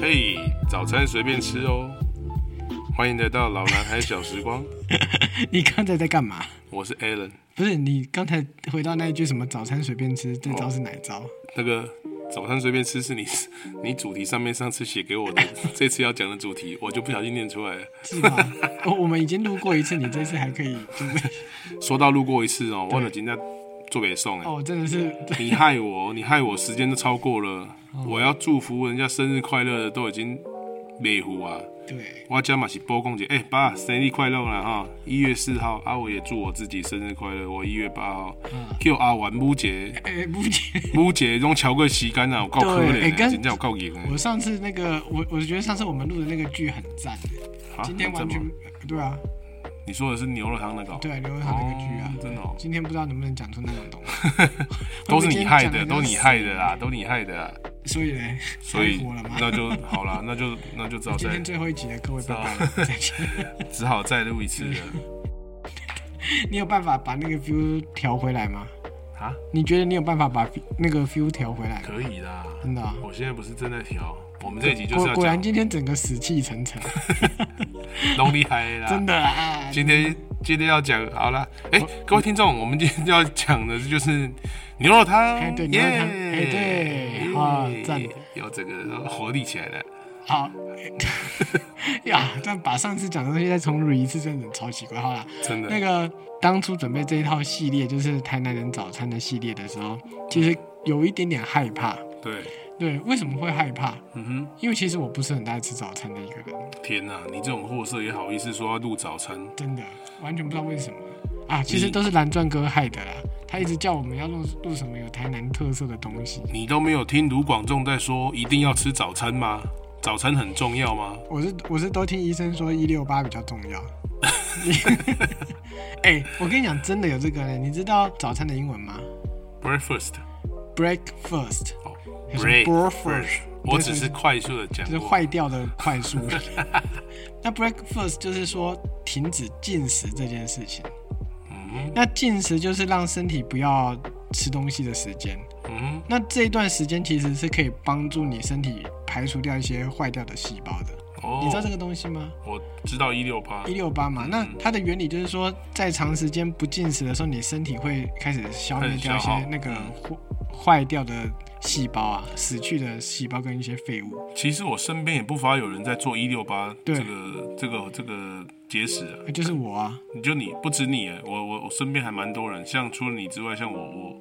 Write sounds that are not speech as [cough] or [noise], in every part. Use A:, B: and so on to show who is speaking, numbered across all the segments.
A: 嘿，早餐随便吃哦。欢迎来到老男孩小时光， [laughs]
B: [laughs] 你刚才在干嘛？
A: 我是 Alan。
B: 不是你刚才回到那一句什么早餐随便吃，这招是哪一招？
A: 那个早餐随便吃是你 [laughs] 你主题上面上次写给我的， [laughs] 这次要讲的主题我就不小心念出来了。
B: 是
A: [laughs]
B: 吗？哦我我们已经录过一次，你这次还可以，就是
A: 说到路过一次哦，忘了今天做给送哎，
B: 哦，真的是
A: 你害我， [laughs] 你害我时间都超过了。我要祝福人家生日快乐的都已经美糊啊。
B: 对，
A: 我家嘛是波公姐，哎、爸，生日快乐啦哈！一月四号，阿伟也祝我自己生日快乐。我一月八号，Q 阿玩母姐，
B: 哎、不解。
A: 母姐拢超过时间啊，有够可
B: 对哎
A: 怜的，
B: 跟
A: 真正有够硬的。
B: 我上次那个，我我觉得上次我们录的那个剧很赞，
A: 啊
B: 今天完全
A: 怎么
B: 对啊，
A: 你说的是牛肉汤那个哦？
B: 对刘德华那个剧啊
A: 哦，真的哦
B: 今天不知道能不能讲出那种东西，
A: [laughs] 都是你害
B: 我
A: 的，
B: 们今天讲
A: 都是你害的啦，都是你害的啦。
B: 所以呢，
A: 所以
B: 太火了嘛。
A: 那就啊好啦，那就那
B: [laughs]
A: 就只好
B: 今
A: 再
B: 天最后一集了，各位拜拜，再见。 [laughs]
A: 只好再录一次了。
B: 你有办法把那个 view 调回来吗？
A: 啊，
B: 你觉得你有办法把 feel- 那个 feel 调回来吗？
A: 可以啦。
B: 真的啊
A: 我现在不是正在调，我们这一集就是
B: 果
A: 要
B: 果然
A: 讲
B: 今天整个死气沉沉，啊
A: 龙厉害啦，
B: 真的
A: [laughs]
B: 哦啊！
A: 今天今天要讲好了，哎、各位听众，我们今天要讲的就是牛肉汤，
B: 哎对牛肉汤
A: 耶
B: 哎对哇
A: 耶
B: 赞
A: 有整个活力起来了。
B: 好 [laughs] 呀，但把上次讲的东西再重捋一次，真的超奇怪。好啦，
A: 真的
B: 那个当初准备这一套系列，就是台南人早餐的系列的时候，其实有一点点害怕。
A: 对，
B: 对，为什么会害怕？
A: 嗯
B: 因为其实我不是很爱吃早餐的一个人，
A: 哼，天哪、啊你这种货色也好意思说要录早餐？
B: 真的完全不知道为什么啊！其实都是蓝钻哥害的啦，他一直叫我们要录录什么有台南特色的东西。
A: 你都没有听卢广仲在说一定要吃早餐吗？早餐很重要吗？
B: 我是我是都听医生说一六八比较重要。 [laughs] 哎、我跟你讲，真的有这个呢。你知道早餐的英文吗
A: Breakfast，
B: ？Breakfast，
A: 哦
B: 还是
A: breakfast，
B: breakfast，
A: 我只是快速的讲
B: 就是
A: 过，
B: 坏掉的快速。 [laughs] 那 breakfast 就是说停止进食这件事情。
A: 嗯
B: 那进食就是让身体不要吃东西的时间。
A: 嗯，
B: 那这一段时间其实是可以帮助你身体排除掉一些坏掉的细胞的。
A: 哦，
B: 你知道这个东西吗？
A: 我知道一六八
B: 一，六八嘛，
A: 嗯
B: 那它的原理就是说，在长时间不进食的时候，你身体会开始消灭掉一些
A: 开始消耗
B: 那个坏坏掉的细胞啊，死去的细胞跟一些废物。
A: 其实我身边也不乏有人在做一六八
B: 对
A: 这个这个这个节食啊，
B: 呃就是我啊，
A: 你就你不止你耶，我我我身边还蛮多人，像除了你之外，像我我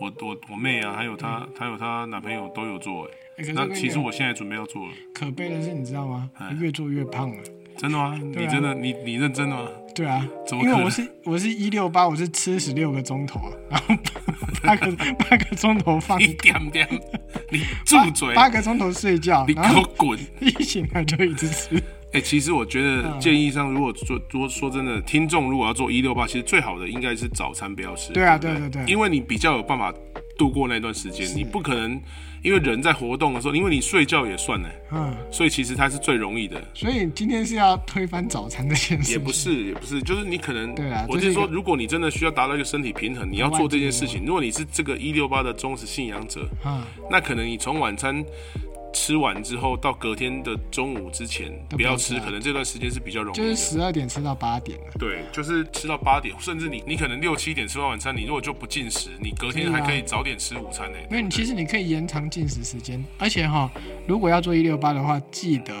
A: 我我我妹啊，还有她、还有她男朋友都有做哎。
B: 欸可嗯是我
A: 那
B: 跟你
A: 其实
B: 讲
A: 我哎现在准备要做了，
B: 可悲的是，你知道吗？越做越胖了。
A: 真的吗？
B: 啊
A: 你真的你你认真的吗？
B: 对啊，
A: 怎么
B: 因
A: 可
B: 为
A: 能
B: 我是我是一六八，我是吃十六个钟头啊，然后八八个
A: [laughs]
B: 八个钟头放
A: 你点
B: [laughs]
A: 点，你住嘴，
B: 八个钟头睡觉，
A: 你给
B: 然后
A: 我滚！
B: 一醒来就一直吃。
A: 哎、其实我觉
B: 嗯
A: 得建议上，如果做多说真的，听众如果要做一六八，其实最好的应该是早餐不要吃。
B: 对啊
A: 不
B: 对对对
A: 因为你比较有办法度过那段时间，你不可能因为人在活动的时候，因为你睡觉也算呢，
B: 嗯，
A: 所以其实它是最容易的。
B: 所以今天是要推翻早餐这件事
A: 也
B: 情
A: 不。是，也不是，就是你可能，
B: 对啊
A: 我
B: 这是
A: 是
B: 一个
A: 说，如果你真的需要达到一个身体平衡，你要做这件事情。如果你是这个一六八的忠实信仰者，
B: 啊，
A: 那可能你从晚餐吃完之后到隔天的中午之前
B: 都
A: 不
B: 不
A: 要
B: 要
A: 吃，
B: 吃啊
A: 可能这段时间是比较容易
B: 就
A: 的
B: 是。十二点吃到八点啊了。
A: 对，就是吃到八点，甚至你你可能六七点吃完晚餐，你如果就不进食，你隔天还可以早点吃午餐呢、欸
B: 没有，你其实你可以延长进食时间，而且哈、如果要做一六八的话，记得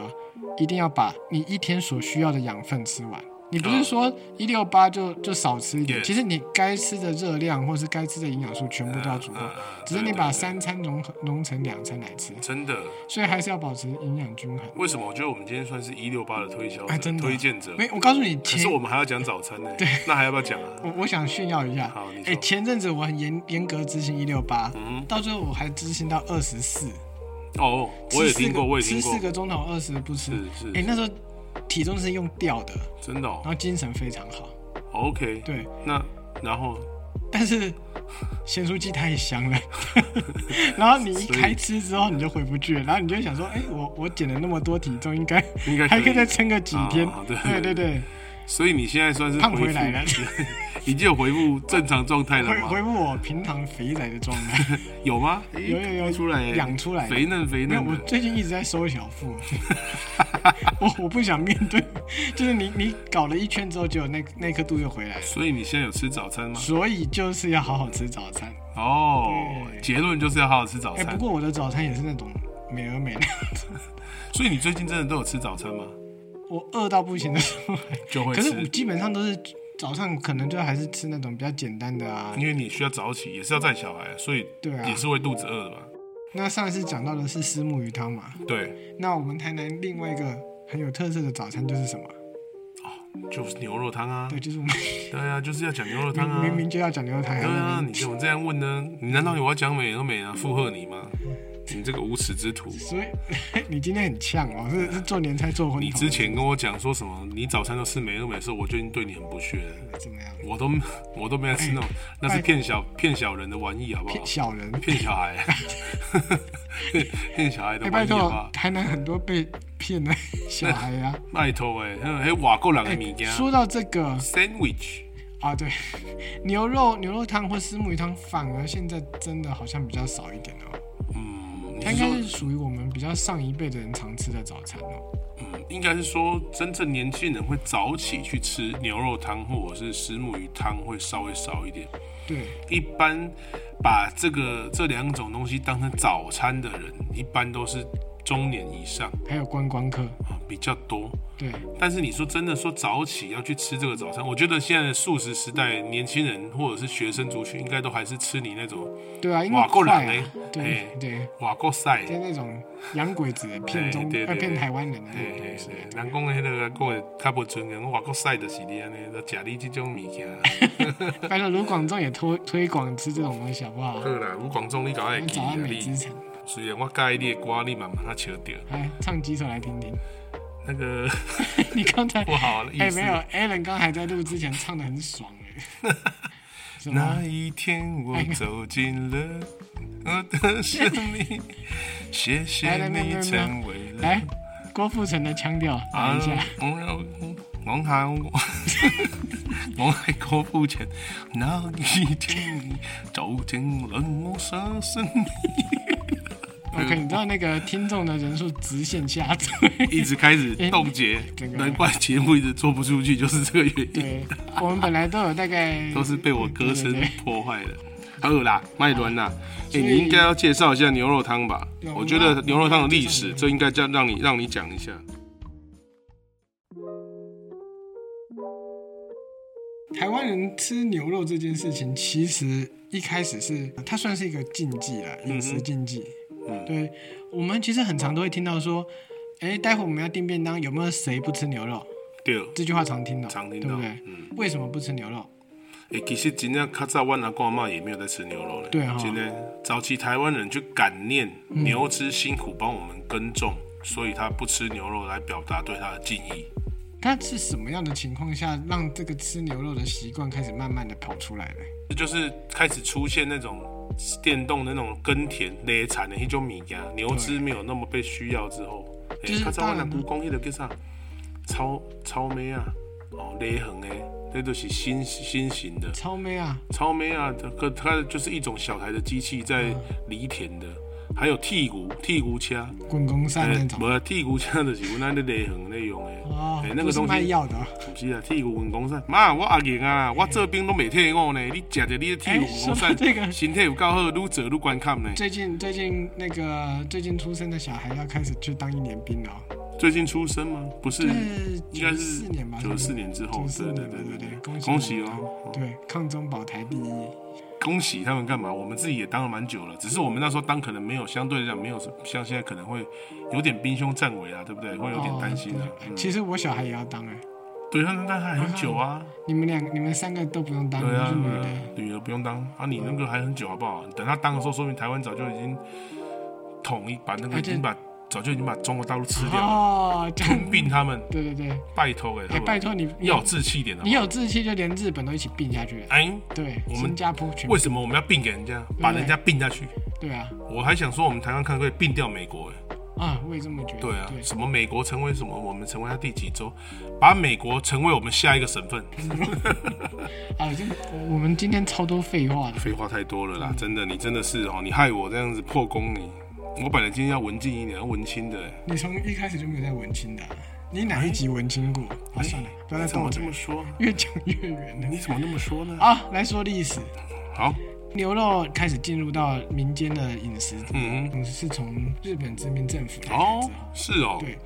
B: 一定要把你一天所需要的养分吃完。你不
A: 啊
B: 是说一六八就就少吃一点，
A: Yeah
B: 其实你该吃的热量或是该吃的营养素全部都要足够
A: 嗯嗯嗯，
B: 只是你
A: 对对
B: 把
A: 对
B: 三餐融合融成两餐来吃，
A: 真的，
B: 所以还是要保持营养均衡。
A: 为什么？我觉得我们今天算是一六八的推销者、
B: 哎，真的
A: 推荐者，
B: 没，我告诉你，
A: 可
B: 前
A: 是我们还要讲早餐呢、欸那还要不要讲啊？
B: 我我想炫耀一下
A: 好你，说嗯
B: 哎，前阵子我很严严格执行一六八，到最后我还执行到二十四，
A: 哦，我也
B: 吃四
A: 听
B: 个
A: 过，我也听过
B: 吃四，个钟头二十不吃，
A: 是是
B: 哎，那时候体重是用掉的，
A: 真的、
B: 然
A: 哦。
B: 后精神非常好，
A: OK，
B: 对，
A: 那然后
B: 但是咸酥鸡太香了， [laughs] 然后你一开吃之后你就回不去了，然后你就会想说，哎，我我减了那么多体重，应该
A: 应该可以
B: 还可以再撑个几天
A: 啊，对
B: 对对对，
A: 所以你现在算是
B: 胖
A: 恢
B: 回来
A: [laughs]
B: 了
A: 复，已经有恢复正常状态了
B: [laughs] 回
A: 吗？
B: 回复我平常肥仔的状
A: [laughs]
B: 态，
A: 有吗？诶
B: 有有有
A: 看出来耶，
B: 养出来的
A: 肥嫩肥
B: 没有，
A: 嫩
B: 我
A: 的，
B: 最近一直在收小
A: [laughs]
B: 腹，我我不想面对，就是你你搞了一圈之后，就有那那颗肚又回来了，
A: 所以你现在有吃早餐吗？
B: 所以就是要好好吃早餐。
A: 哦，结论就是要好好吃早
B: 哎、
A: 餐
B: 不。过我的早餐也是那种美而美的， [laughs]
A: 所以你最近真的都有吃早餐吗？
B: 我饿到不行的时候，
A: 就会
B: 可是
A: 吃
B: 我，基本上都是早上可能就还是吃那种比较简单的啊。
A: 因为你需要早起，也是要带小孩，所以
B: 对啊
A: 也是会肚子饿的吧？
B: 那上一次讲到的是虱目鱼汤嘛，
A: 对，
B: 那我们台南另外一个很有特色的早餐就是什么？
A: 就是牛肉汤啊
B: 对，。就是我们
A: 对啊，就是要讲牛肉汤
B: 明
A: 啊。
B: 明明就要讲牛肉汤，还
A: 对
B: 在那
A: 啊，
B: 边
A: 你怎么这样问呢？你难道我要讲美言都美人附和你吗？你这个无耻之徒！
B: 所以 [laughs] 你今天很呛哦，是是做年菜做婚
A: 你
B: 头
A: 之前跟我讲说什么？你早餐都吃美而美的时候，我就已经对你很不屑了。
B: 怎么样？
A: 我都我都没 [laughs] 有吃那种，
B: 哎
A: 那是骗小骗小人的玩意，好不好？
B: 小人，
A: 骗小孩，骗 [laughs] 小孩
B: 哎、
A: 的玩
B: 拜
A: 意，好不
B: 托
A: 好，？
B: 台南很多被骗的小
A: [laughs]
B: 孩呀、
A: 拜托哎，哎瓦够人
B: 哎
A: 的物件
B: 说到这个
A: ，sandwich
B: 啊，对，牛肉牛肉汤或虱目鱼汤，反而现在真的好像比较少一点哦。
A: 嗯，你
B: 它
A: 是
B: 应该是
A: 说
B: 属于我们比较上一辈的人常吃的早餐哦。
A: 嗯，应该是说真正年轻人会早起去吃牛肉汤或者是石目鱼汤会稍微少一点。
B: 对，
A: 一般把这个这两种东西当成早餐的人，一般都是中年以上
B: 还有观光客，
A: 啊比较多。
B: 对，
A: 但是你说真的说早起要去吃这个早餐，我觉得现在的素食时代，年轻人或者是学生族群，应该都还是吃你那种
B: 对啊，因为
A: 哇够懒
B: 快
A: 嘞
B: 啊，对
A: 哎
B: 对，
A: 瓦锅塞。
B: 在那种洋鬼子骗中
A: 哎对对
B: 呃骗
A: 对
B: 台湾人的那
A: 嘿
B: 种
A: 嘿
B: 东西，
A: 嘿人讲迄个个较无尊人，我国屎就是你安尼，都食你这种物件。
B: 拜托卢广仲也推推广吃这种东西好不
A: [laughs]
B: 好
A: 好？啦，吴广仲你搞会
B: 我
A: 记
B: 早
A: 啊
B: 安美之
A: 你。
B: 城，
A: 虽然我介你的歌，你慢慢啊笑掉。
B: 来唱几首来听听。 [laughs]
A: 那个 [laughs]
B: 你刚才
A: 不好意
B: 哎、
A: 思。
B: 没有，Alan 刚还在录之前唱的很爽哎、
A: [laughs]
B: [laughs] 什么？
A: 那一天我走进了我的生命，谢
B: 哎
A: 谢你成为了。
B: 来，哎郭富城的腔调来一下。
A: 啊我要我下我， [laughs] 我係郭富城，那一天走進了我的生命。
B: OK，你知道那个听众的人数直线下坠。
A: 一直开始冻结，
B: 整个
A: 难怪节目一直做不出去，就是这个原因，
B: 对，我们本来都有大
A: [laughs]
B: 概
A: 都是被我歌声
B: 对对对
A: 破坏的。好啦，麦伦啦，哎、
B: 以
A: 你应该要介绍一下牛肉汤吧
B: 有？
A: 我觉得牛肉汤的历
B: 我
A: 史，
B: 们要介绍
A: 这应该叫让你让你讲一下。
B: 台湾人吃牛肉这件事情，其实一开始是它算是一个禁忌啦，饮食禁忌。
A: 嗯
B: 对，我们其实很常都会听到说，哎、待会我们要订便当，有没有谁不吃牛肉？
A: 对，
B: 这句话常听到，
A: 常听
B: 对
A: 到
B: 不对？。
A: 嗯，
B: 为什么不吃牛肉？
A: 哎、其实今天卡扎湾阿公阿妈也没有在吃牛肉嘞。
B: 对哈啊嗯
A: 今天早期台湾人去感念牛之辛苦帮我们耕种，所以他不吃牛肉来表达对他的敬意。
B: 它是什么样的情况下让这个吃牛肉的习惯开始慢慢的跑出来的？
A: 这就是开始出现那种电动的那种耕田勒产的一种米呀，牛只没有那么被需要之后，
B: 就是
A: 较早我
B: 当
A: 那
B: 然
A: 故宫迄个叫啥草草莓啊，哦，勒痕的，那都是新新型的
B: 超妹啊，
A: 草莓啊，它可它就是一种小台的机器在犁田的，还有剔骨剔骨掐，
B: 滚弓扇那种
A: 不啊剔骨掐就是我那咧勒痕咧用的，
B: 哦
A: 哎、，那
B: 不
A: 个
B: 是
A: 东
B: 卖
A: 西。
B: 药的哦。
A: 不是啊，剃骨文公散。妈，我阿爷啊，我这边都没退我呢。你食着你的剃骨文公
B: 哎说到
A: 散，
B: 这个 [laughs]
A: 身体有够好，愈做愈观看呢。
B: 最近最近那个最近出生的小孩要开始去当一年兵了哦，
A: 最近出生吗？不是，
B: 是
A: 应该是
B: 九四年吧？
A: 九四年之后
B: 九。四
A: 对
B: 年
A: 对
B: 吧
A: 对
B: 对
A: 对对，
B: 恭喜
A: 恭喜
B: 你们
A: 哦！哦
B: 对，抗中保台第一，
A: 恭喜他们干嘛？我们自己也当了蛮久了，只是我们那时候当可能没有，相对来讲没有像现在可能会有点兵凶战危啊，对不对？会有点担心啊
B: 哦。对
A: 嗯
B: 其实我小孩也要当哎，
A: 对，他们但还很久啊。
B: 你们两你们三个都不用当，
A: 对
B: 我
A: 啊
B: 是，女
A: 对啊
B: 的。
A: 女儿不用当啊，你那个还很久好不好？等他当的时候，说明台湾早就已经统一把那个
B: 而
A: 已
B: 且
A: 经把早就已经把中国大陆吃掉了，
B: 哦，这样
A: 吞并他们，
B: 对对对，
A: 拜托哎，
B: 哎，拜托你，你
A: 要有志气一点的
B: 你。有志气就连日本都一起并下去了。
A: 哎，
B: 对，
A: 我们
B: 新加坡全
A: 为什
B: 嗯
A: 么我们要并给人家，把人家并下去？
B: 对啊，
A: 我还想说我们台湾看可不可以并掉美国哎，
B: 啊，我也这么觉得。
A: 对啊，
B: 对
A: 什么美国成为什么，我们成为它第几州，把美国成为我们下一个省份。
B: 啊，这个我我们今天超多废话的。
A: 废话太多了啦，真的，你真的是哦，你害我这样子破功你。我本来今天要文静一点，要文青的。欸
B: 你从一开始就没有在文青的啊、你哪一集文青过？啊，算了，不要再
A: 哎你怎
B: 动我
A: 么
B: 这
A: 这
B: 么
A: 么说？
B: 越讲越远了。
A: 你怎么那么说呢？
B: 啊，来说历史，
A: 好，
B: 牛肉开始进入到民间的饮食，
A: 嗯，
B: 嗯，是从日本殖民政府开始
A: 哦
B: 之后，，
A: 是哦，
B: 对，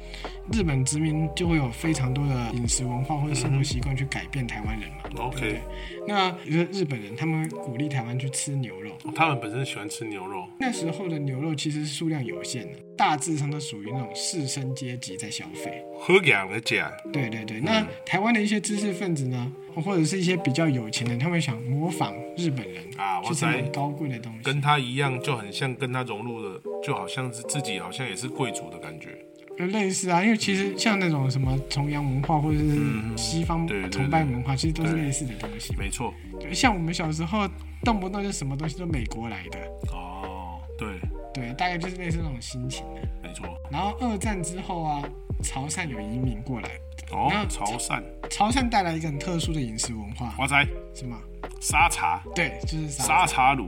B: 日本殖民就会有非常多的饮食文化或者生活习惯去改变台湾人嘛，对不
A: OK
B: 对？那日日本人他们鼓励台湾去吃牛肉，
A: 他们本身喜欢吃牛肉，
B: 那时候的牛肉其实数量有限的，大致上都属于那种士绅阶级在消费。
A: 喝养的假，
B: 对对对，
A: 嗯
B: 那台湾的一些知识分子呢，或者是一些比较有钱人，他们想模仿日本人
A: 啊
B: 去
A: 我
B: 吃
A: 知
B: 很高贵的东西。
A: 跟他一样，就很像跟他融入的，就好像是自己好像也是贵族的感觉。
B: 就类似啊，因为其实像那种什么崇洋文化或者是西方
A: 嗯对对对
B: 崇拜文化，其实都是
A: 对
B: 类似的东西嘛。
A: 没错，
B: 对像我们小时候，动不动就什么东西都美国来的，
A: 哦，对，
B: 对，大概就是类似那种心情的。
A: 没错。
B: 然后二战之后啊，潮汕有移民过来，
A: 哦
B: 那，
A: 潮汕，
B: 潮汕带来一个很特殊的饮食文化，
A: 华仔，
B: 什么？
A: 沙茶，
B: 对，就是沙，
A: 沙茶卤，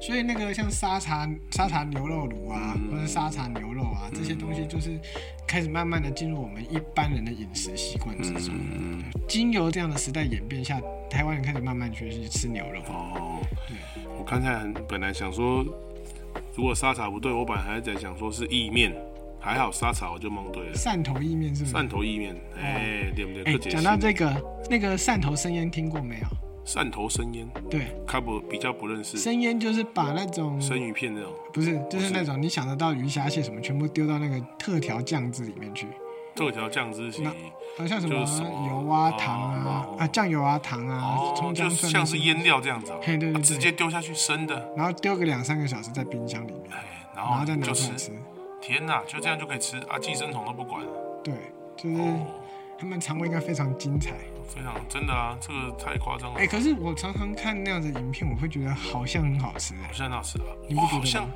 B: 所以那个像沙茶、沙茶牛肉卤啊，
A: 嗯
B: 或者沙茶牛肉啊，这些东西就是开始慢慢的进入我们一般人的饮食习惯之
A: 嗯
B: 中。对经由这样的时代演变下，台湾人开始慢慢学习吃牛肉。
A: 哦，
B: 对，
A: 我刚才很本来想说，如果沙茶不对，我本来还在想说是意面，还好沙茶我就蒙对了，
B: 汕头意面是不是？
A: 汕头意面，哎，对不对？
B: 哎，
A: 克姐
B: 讲到这个，那个汕头生腌听过没有？
A: 汕头生腌，
B: 对，
A: 他不比较不认识
B: 生腌就是把那种
A: 嗯生鱼片那种
B: 不是，就是那种你想得到鱼虾蟹什么，全部丢到那个特调酱汁里面去，
A: 特调酱汁型，
B: 好像什么
A: 就是什么
B: 油啊、糖啊
A: 哦、
B: 啊酱油啊、糖啊、
A: 哦
B: 葱，姜
A: 就
B: 蒜，
A: 像是，腌料这样子哦，
B: 嘿对对
A: 啊
B: 对
A: 直接丢下去生的，
B: 然后丢个两三个小时在冰箱里面，
A: 哎，然
B: 然后
A: 后
B: 再拿
A: 就
B: 出来
A: 吃，
B: 吃。
A: 天哪，就这样就可以吃啊，寄生虫都不管，
B: 对，就是
A: 哦
B: 他们肠胃应该非常精彩。
A: 非常真的啊，这个太夸张了
B: 哎，，可是我常常看那样的影片，我会觉得好像很好吃哎
A: 好。像那是啊，
B: 你不
A: 我
B: 觉得吗
A: 好像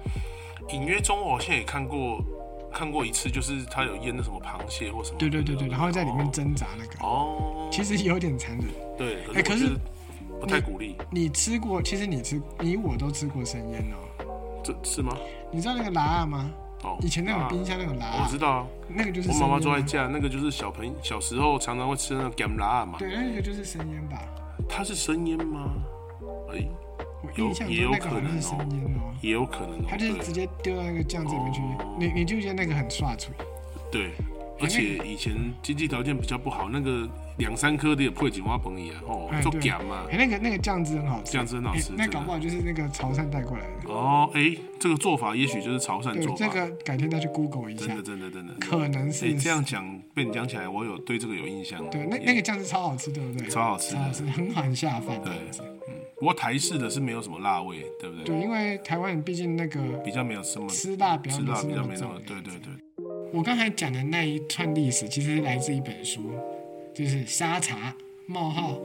A: 隐约中我好像也看过看过一次，就是他有腌的什么螃蟹或什么的，
B: 对对对对，然后在里面挣扎那个，
A: 哦，
B: 其实有点残忍。
A: 对，
B: 哎可
A: 可
B: 是
A: 是我觉得不太鼓励，
B: 你吃过，其实你吃，你我都吃过生腌哦。
A: 这是吗？
B: 你知道那个拉啊吗？
A: 哦，
B: 以前那种
A: 啊
B: 冰箱那种拉
A: 我
B: 啊
A: 知，道啊，
B: 那个就是
A: 我
B: 生
A: 妈妈
B: 腌
A: 做爱
B: 吗
A: 架，那个就是小朋小时候常常会吃那个干辣嘛。
B: 对，那个就是生腌吧。
A: 它是生腌吗？哎、
B: 我
A: 有
B: 印象
A: 也有
B: 中那个好
A: 可
B: 像
A: 能
B: 是
A: 哦
B: 生腌哦，
A: 也有可能哦、
B: 它就是直接丢到那个酱汁里面去
A: 哦。
B: 你你记不记得那个很刷嘴？
A: 对对，而且以前经济条件比较不好，那个两三颗的也配几花盆一啊，哦
B: 哎，
A: 做
B: 对
A: 干嘛
B: 哎，？那个那个酱汁很好吃，
A: 酱汁很好
B: 哎
A: 吃
B: 那
A: 真的
B: 搞不好就是那个潮汕带过来的。
A: 哦，哎、这个做法也许就是潮汕
B: 对
A: 做，
B: 这
A: 法，
B: 个改天再去 Google 一下
A: 真的，真的真的。
B: 可能
A: 哎、
B: 是
A: 这。样讲被你讲起来，我有对这个有印象。
B: 对，那那个啊酱汁超好吃，对不对？
A: 超好吃的
B: 超好吃，很好很下饭。
A: 对不过台式的是没有什么辣味，对不对？
B: 对，因为台湾人毕竟那个
A: 比较没有什么
B: 吃辣比较
A: 吃
B: 没
A: 辣
B: 吃
A: 比较
B: 那
A: 没
B: 么
A: 那
B: 重
A: 么，。对对对。
B: 我刚才讲的那一串历史，其实来自一本书，就是《沙茶：冒号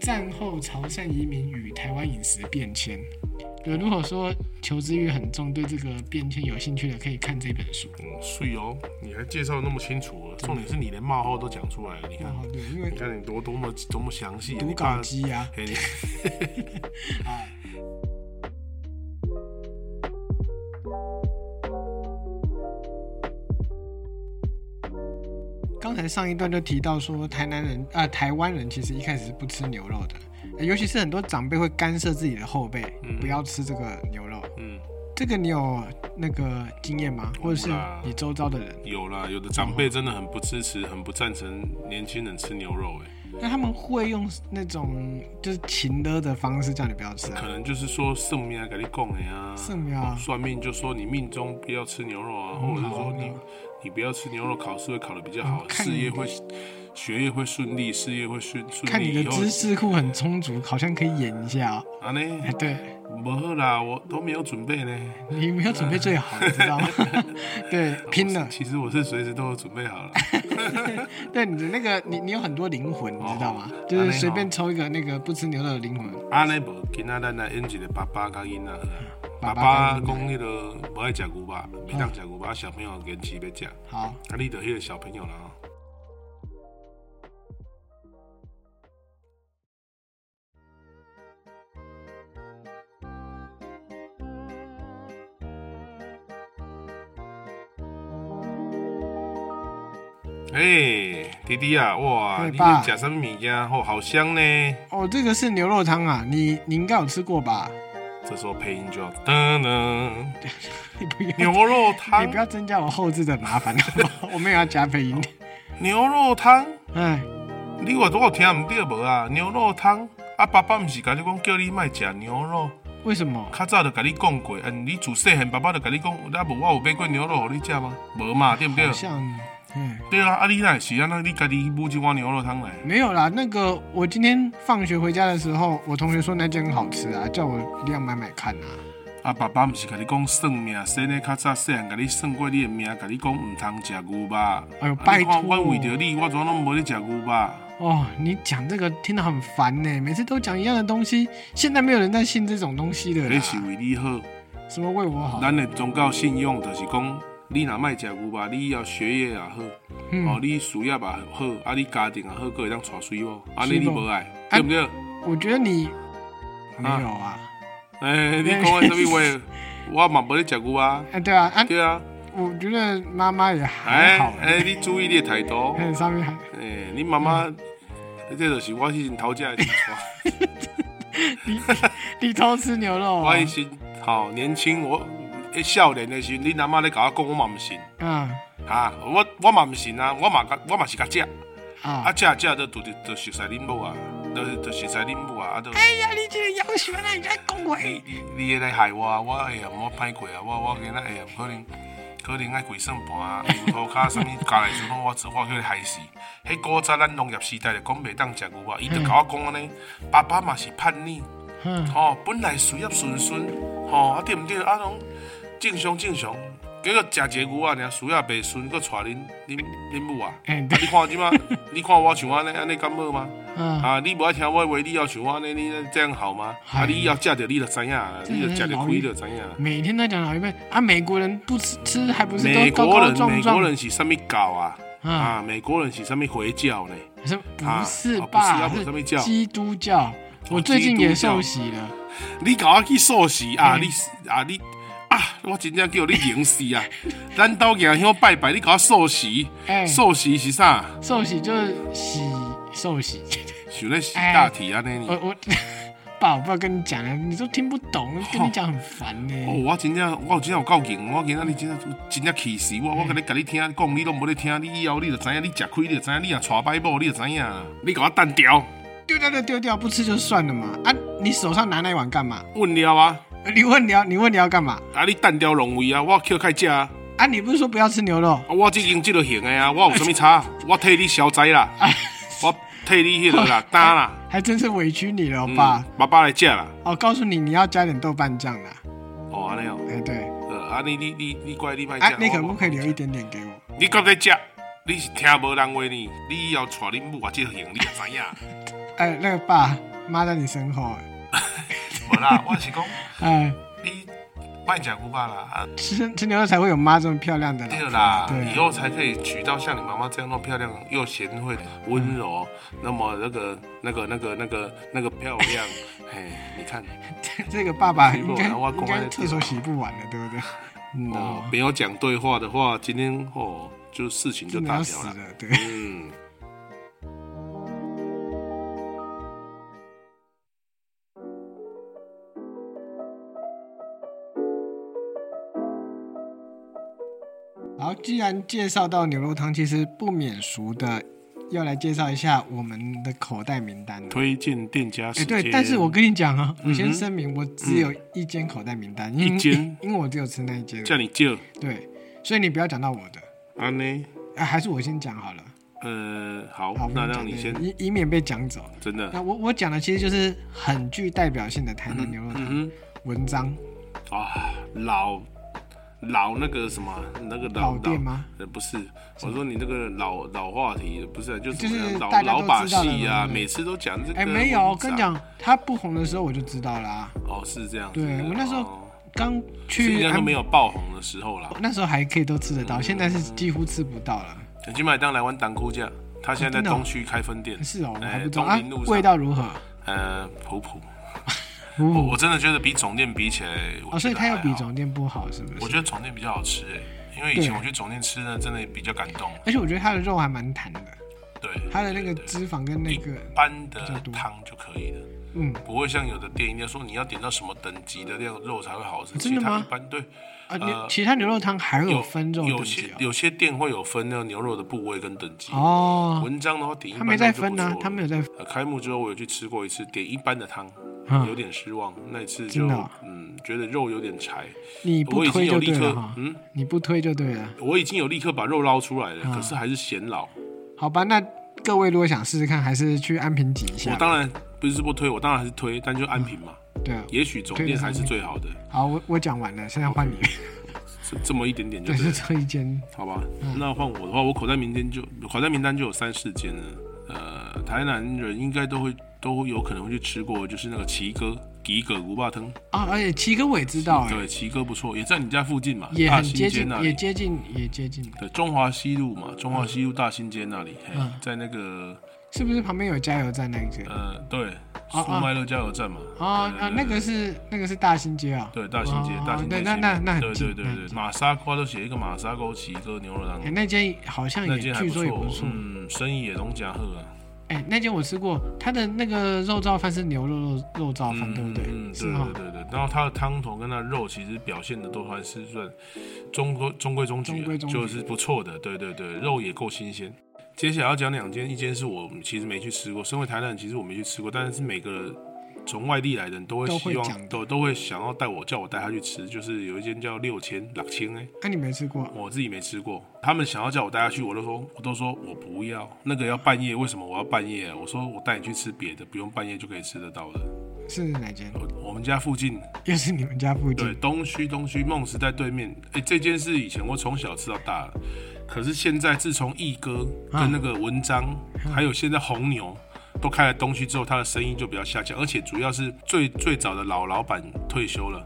B: 战后潮汕移民与台湾饮食变迁》。对，如果说求知欲很重，对这个变迁有兴趣的，可以看这本书。
A: 嗯，睡哦，你还介绍得那么清楚了，重点是你连冒号都讲出来了，你看
B: 然，后对，因为
A: 你看你多多么多么详细，
B: 嗯读
A: 你
B: 稿
A: 怕
B: 机啊，
A: 嘿你 [laughs]
B: 啊，刚才上一段就提到说，台南人啊、台湾人其实一开始是不吃牛肉的，呃尤其是很多长辈会干涉自己的后辈，不要吃这个牛肉。
A: 嗯，
B: 这个你有那个经验吗？或者是你周遭的人？
A: 有啦，有的长辈真的很不支持，很不赞成年轻人吃牛肉，哎，
B: 那他们会用那种就是情勒的方式叫你不要吃啊
A: 可？能就是说圣命啊，给你供的呀，
B: 圣命啊
A: 哦
B: 嗯
A: 算命就说你命中不要吃牛肉啊，或者是说你你不要吃牛肉，考试会考得比较好，
B: 看
A: 事
B: 你
A: 业会学业会顺利，事业会顺顺
B: 看你
A: 利，以
B: 的
A: 后
B: 知识库很充足，好像可以演一下、哦。
A: 啊呢
B: 哎，，对
A: 不好啦，我都没有准备呢。
B: 你没有准备最好，你知道
A: [laughs]
B: 吗？对，拼了。
A: 其实我是随时都有准备
B: [laughs]
A: 好了。
B: 对你的那个，你你有很多灵魂，你知道
A: 哦
B: 吗？就是
A: 啊
B: 随便抽一个那个不吃牛肉的灵魂。嗯
A: 阿内伯，今仔咱来演一个爸爸甲囡仔的。爸爸讲迄个无爱食牛肉，袂当食牛肉，小朋友坚持要食。啊，
B: 好，
A: 你着迄个小朋友啦啊吼。哎，弟弟啊，哇，
B: 对
A: 你
B: 吧
A: 食什么物件？哦，好香呢！
B: 哦，这个是牛肉汤啊，你你应该有吃过吧？
A: 这时候配音就要噔
B: [laughs]
A: 噔，
B: 你不要，
A: 牛肉汤
B: 你不，要增加我后置的麻烦，好不好？ [laughs] 我们也要加配音。
A: 牛肉汤，
B: 哎，
A: 你话我听唔对无啊？牛肉汤，啊爸爸唔是甲你讲叫你卖食牛肉，
B: 为什么？
A: 较早就甲你讲过，嗯，你自细汉爸爸就甲你讲，那无我有买过牛肉互你食吗？无嘛，对不对
B: 好？像，嗯，
A: 对啊，啊你哪会是啊？那你家己买一碗牛肉汤来，
B: 没有啦。那个，我今天放学回家的时候，我同学说那间很好吃啊，叫我一定要买买看啊。
A: 啊爸爸唔是甲你讲算命，生的较早细汉甲你算过你的命，甲你讲唔通食牛肉。
B: 哎呦，
A: 啊
B: 拜
A: 你
B: 托
A: 看，我为着你，我怎拢无咧食牛肉？
B: 哦，你讲这个听得很烦呢，每次都讲一样的东西，现在没有人在信这种东西的
A: 那
B: 啦。
A: 是为你好。
B: 什么为我好？
A: 咱的宗教信仰就是讲，你若卖食牛肉，你要学业也好，哦，
B: 嗯，
A: 你事业也好，啊，你家庭也好，个会当娶水某，安尼你
B: 是啊不
A: 无爱，对不对？
B: 我觉得你没有啊。
A: 哎，你讲的什么
B: [laughs]
A: 话？我嘛无咧食牛啊，
B: 哎，对啊，啊，
A: 对啊，
B: 我觉得妈妈也还
A: 哎
B: 好啦，
A: 哎，哦你注意你的态度，
B: 哎，上面还
A: 哎，你妈妈，
B: 嗯
A: 这就是我以前头家的时
B: [laughs]
A: 候，
B: 哦你偷吃牛肉
A: 我
B: 啊
A: 以？前好年轻，我一少年的时候，你阿妈咧甲我讲，我嘛毋信，
B: 啊
A: 啊，我我嘛毋信啊，我嘛甲我嘛是甲食。啊，
B: 啊！
A: 食食都就就熟悉恁母啊，就就熟悉恁母啊，啊都
B: 哎呀，你这个要求，那你在恭维
A: 你你你会来害我啊，我会啊，我歹过啊，我我今仔会啊，可能可能爱跪算盘啊， [laughs] 牛头骹啥物家来事拢我做我叫你害死。迄古早咱农业时代就讲袂当食牛肉，伊就甲我讲安尼，啊爸爸嘛是叛逆，
B: 嗯，
A: 吼、本来事业顺顺，吼、啊对毋对？啊拢正常正常，结果食一啊个牛肉尔，事业袂顺，佫娶恁恁恁母啊。
B: 哎
A: 啊
B: 对，
A: 你看即马，你看我像安尼安尼敢好吗？
B: 嗯，
A: 啊，你无爱听我的话，你要像我呢，你这样好吗？
B: 哎
A: 啊，你要食着你就知影了，
B: 这
A: 你就食着
B: 老
A: 亏
B: 一
A: 就知影了。
B: 每天在讲老一辈啊，美国人不吃吃还不是
A: 美
B: 都高
A: 国
B: 高
A: 人，美
B: 壮
A: 国
B: 壮？
A: 人是啥物教啊？
B: 啊，
A: 啊，美国人是啥物回教呢？
B: 什么不是
A: 啊
B: 吧？
A: 哦不是啊不是他们教
B: 基督
A: 哦
B: 教。我最近也受洗了，
A: 你甲我去素食啊？
B: 哎
A: 你啊你啊，我真正叫你零死
B: [laughs]
A: 啊！咱兜行乡拜拜，你甲我素食，
B: 哎，
A: 素食是啥？
B: 受洗就是洗受洗。
A: 想咧是
B: 哎
A: 大体啊安尼
B: 我
A: 呢？
B: 我 [laughs] 爸，我不要跟你讲了，你都听不懂，跟你讲很烦呢、
A: 哦，我真正我有真正有够劲，我今仔日真正真正气死我！我甲你甲你听讲，你拢无咧听，你以后你就知影，你食亏你就知影，你若娶歹某你就知影，你甲我单调，
B: 丢掉就丢掉，不吃就算了嘛。啊，你手上拿那一碗干嘛？
A: 问了啊，
B: 你问你要你问你要干嘛？
A: 啊你单调浪费啊，我捡开食啊，
B: 啊，你不是说不要吃牛肉？
A: 啊我即经即落行的啊，我有啥物
B: [laughs]
A: 差？我替你消灾啦，我替你迄落
B: [laughs]
A: 啦担啦，
B: 还真是委屈你了
A: 嗯
B: 吧？
A: 爸爸来食啦，
B: 哦，告诉你，你要加点豆瓣酱啦。
A: 哦安尼哦，
B: 哎，对，
A: 呃啊你你你你怪你卖
B: 啊
A: 食，，
B: 你可
A: 我
B: 不可以留一点点给我？
A: 你敢在食？你是听无人话呢？你以后娶恁母啊，即落行你就知
B: [laughs]
A: 影。
B: 哎，那个爸妈在你身后，哎
A: 无啦，我是讲
B: 哎，
A: 你卖食牛肉啦，啊，
B: 吃吃牛肉才会有妈这么漂亮的老
A: 对
B: 婆
A: 啦，以
B: 对，啊
A: 后才可以娶到像你妈妈这样那么漂亮又贤惠、温柔，
B: 嗯
A: 那么那个那个那个那个那个漂
B: [laughs]
A: 亮，嘿，你看
B: [laughs] 这个爸爸应该
A: 如果我
B: 应
A: 讲
B: 该
A: 的
B: 厕所洗不完了，对不对？
A: [laughs]
B: 嗯，
A: 哦
B: 哦，
A: 没有讲对话的话，今天哦就事情就
B: 真的
A: 大
B: 要
A: 条
B: 死
A: 了，
B: 了，对。
A: 嗯。
B: 好，既然介绍到牛肉汤，其实不免俗的要来介绍一下我们的口袋名单了。
A: 推荐店家
B: 哎、
A: 时间，
B: 对，但是我跟你讲啊，我
A: 嗯
B: 先
A: 哼嗯
B: 声明，我只有一间口袋名单，因为
A: 一间
B: 因为我只有吃那一间，
A: 叫你叫
B: 对，所以你不要讲到我的，
A: 安呢，
B: 啊，还是我先讲好了，
A: 呃，好
B: 好，，
A: 那
B: 我
A: 让你
B: 讲
A: 先，
B: 以以免被讲走。
A: 真的，
B: 那我我讲的其实就是很具代表性的台南牛肉汤、
A: 嗯
B: 文章
A: 哼，啊，老老那个什么，那个老
B: 老店吗？
A: 呃，不是，我说你那个老老话题，不是，啊就是
B: 哎就是
A: 怎么样老
B: 大家都
A: 老把
B: 知道的
A: 戏
B: 嘛
A: 啊，
B: 对不对
A: 每次都讲这个。
B: 哎、没有，
A: 我
B: 我跟你，讲，它不红的时候我就知道啦、
A: 哦，是这样子。
B: 对我那时候
A: 哦
B: 刚
A: 应
B: 去
A: 该
B: 安
A: 都没有嗯爆红的时候啦。
B: 那时候还可以都吃得到，现在是几乎吃不到了。
A: 曾经麦当来湾当估价，他现在在东区开分店，
B: 是哦，我
A: 哎
B: 还不懂
A: 东
B: 啊
A: 林路，上
B: 味道如何？
A: 呃普普，我
B: 不
A: 我真的觉得比总店比起来，我
B: 哦，所以
A: 觉得
B: 它又
A: 还
B: 比
A: 好
B: 总店不好，是不
A: 我
B: 是？
A: 觉得总店比较好吃哎，因为以前我去总店吃呢，真的比较感动。
B: 而且我觉得它的肉还蛮弹的，
A: 对，
B: 它的那个脂肪跟那
A: 一
B: 个
A: 般的
B: 比较多
A: 汤就可以了，
B: 嗯
A: 不会像有的店一定要说你要点到什么等级的料肉才会好吃。
B: 哦真的
A: 其他
B: 吗
A: 一般对，
B: 啊，牛其他牛肉汤还有分肉
A: 呃有
B: 等
A: 些
B: 级啊
A: 有些店会有分那个牛肉的部位跟等级。
B: 哦。哦，
A: 文章的话点一
B: 他
A: 般
B: 没在
A: 汤就
B: 分
A: 不
B: 呢
A: 错，了
B: 他没有在
A: 呃，开幕之后我有去吃过一次，点一般的汤，
B: 嗯
A: 有点失望。那一次就
B: 真的哦
A: 嗯，觉得肉有点柴。
B: 你
A: 我
B: 不
A: 已经
B: 推
A: 有
B: 就
A: 立
B: 对
A: 刻
B: 了哈，
A: 嗯，
B: 你不推就对了。
A: 我已经有立刻把肉捞出来了，
B: 嗯
A: 可是还是显老。
B: 好吧，那各位如果想试试看，还是去安平挤一
A: 我
B: 下。
A: 当然不是不推，我当然还是推，但就安平嘛。
B: 对啊，
A: 也许总
B: 推
A: 店
B: 的是
A: 还是最好的，
B: 好，我我讲完了，现在换你。
A: 这这么一点点就
B: [laughs] 对，
A: 对
B: 是
A: 了，
B: 这一间
A: 好吧？
B: 嗯
A: 那换我的话，我口袋名单就口袋名单就有三四间了。呃，台南人应该都会都有可能会去吃过，就是那个奇哥吉葛古巴汤，
B: 啊，而且七哥我也知道，哎，
A: 对，奇哥不错，也在你家附近嘛，
B: 也
A: 大
B: 很
A: 新
B: 接
A: 街
B: 近
A: 那，
B: 也
A: 里。
B: 接近，也接近，
A: 对，中华西路嘛，中华西路大新街那里，嘿
B: 嗯
A: 在那个
B: 是不是旁边有加油站那一个？
A: 呃，对，
B: 哦
A: 苏麦勒加油站嘛，
B: 哦啊，那个是那个是大新街啊。
A: 对，大新街
B: 哦，
A: 大新街
B: 对，
A: 前
B: 那
A: 面，
B: 那那很
A: 对对
B: 近，
A: 对
B: 那很
A: 对，
B: 近
A: 马沙瓜都写一个马沙沟奇哥牛肉汤
B: 哎，，那间好像
A: 那
B: 也
A: 间还
B: 据说也不错
A: 错，。嗯，生意也拢加好啊，
B: 哎，那间我吃过，它的那个肉燥饭是牛肉肉肉燥饭，对不对？
A: 嗯，
B: 是
A: 对
B: 哈
A: 对，对对，然后它的汤头跟它的肉其实表现的都还是算中规中规中矩
B: 中
A: 啊，
B: 规中矩
A: 就是不错的，对对对，肉也够新鲜。接下来要讲两间，一间是我其实没去吃过，身为台南人其实我没去吃过，但是每个从外地来的人都会
B: 都会
A: 希
B: 讲的
A: 望都都会想要带我叫我带他去吃，就是有一间叫六千六千哎，
B: 啊那你没吃过？
A: 我自己没吃过，他们想要叫我带他去，我都说我都说我不要，那个要半夜，为什么我要半夜啊？我说我带你去吃别的，不用半夜就可以吃得到的。
B: 是哪间？
A: 我我们家附近，
B: 又是你们家附
A: 对
B: 近？
A: 东区东区梦时代对面，哎、这间是以前我从小吃到大的，可是现在自从毅哥跟那个文章，还有现在红牛。都开了东区之后，他的生意就比较下降，而且主要是最最早的老老板退休了，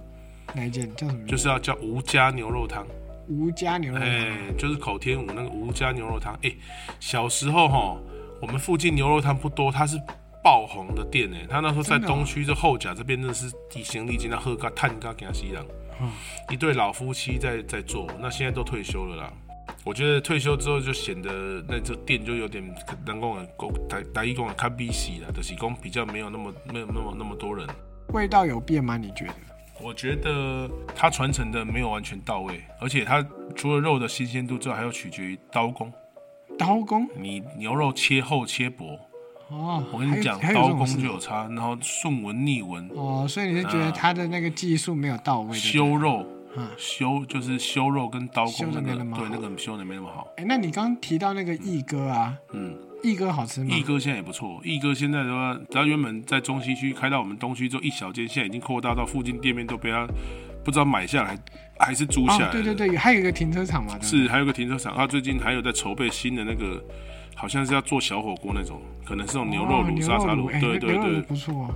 B: 哪一间叫什么名字？
A: 就是要叫吴家牛肉汤。
B: 吴家牛肉
A: 哎、
B: 汤。
A: 就是口天吴那个吴家牛肉汤。哎、小时候哈，我们附近牛肉汤不多，它是爆红的店呢。欸他那时候在
B: 真的哦
A: 东区这后甲这边，真的是地形历经那喝咖探咖给他吸氧。一对老夫妻在在做，那现在都退休了啦。我觉得退休之后就显得那这店就有点能够台台一讲看 B 洗了，就是讲比较没有那么没有那么那么多人。
B: 味道有变吗？你觉得？
A: 我觉得它传承的没有完全到位，而且它除了肉的新鲜度之外，还要取决于刀工。
B: 刀工
A: 你牛肉切厚切薄，
B: 哦，
A: 我跟你讲，
B: 还有还
A: 刀
B: 有这种
A: 工
B: 事
A: 就有差，然后顺纹逆纹，
B: 哦，所以你是觉得他的那个技术没有到位的？
A: 修肉
B: 嗯，
A: 修就是修肉跟刀
B: 修
A: 工
B: 得
A: 那个
B: 没那么好
A: 对那个修的没那么好。
B: 哎，那你刚刚提到那个义哥啊，
A: 嗯，
B: 义哥好吃吗？
A: 毅哥现在也不错，毅哥现在的话，他原本在中西区开到我们东区之后一小间，现在已经扩大到附近店面都被他不知道买下来还是租下来
B: 哦
A: 了。，
B: 对对对，还有一个停车场嘛，对不对
A: 是，还有个停车场，啊他最近还有在筹备新的那个，好像是要做小火锅那种，可能是那种牛肉
B: 哦
A: 卤、
B: 牛
A: 沙茶
B: 肉
A: 卤
B: 卤，哎，，
A: 对
B: 那
A: 对
B: 牛肉卤
A: 对
B: 不错哦。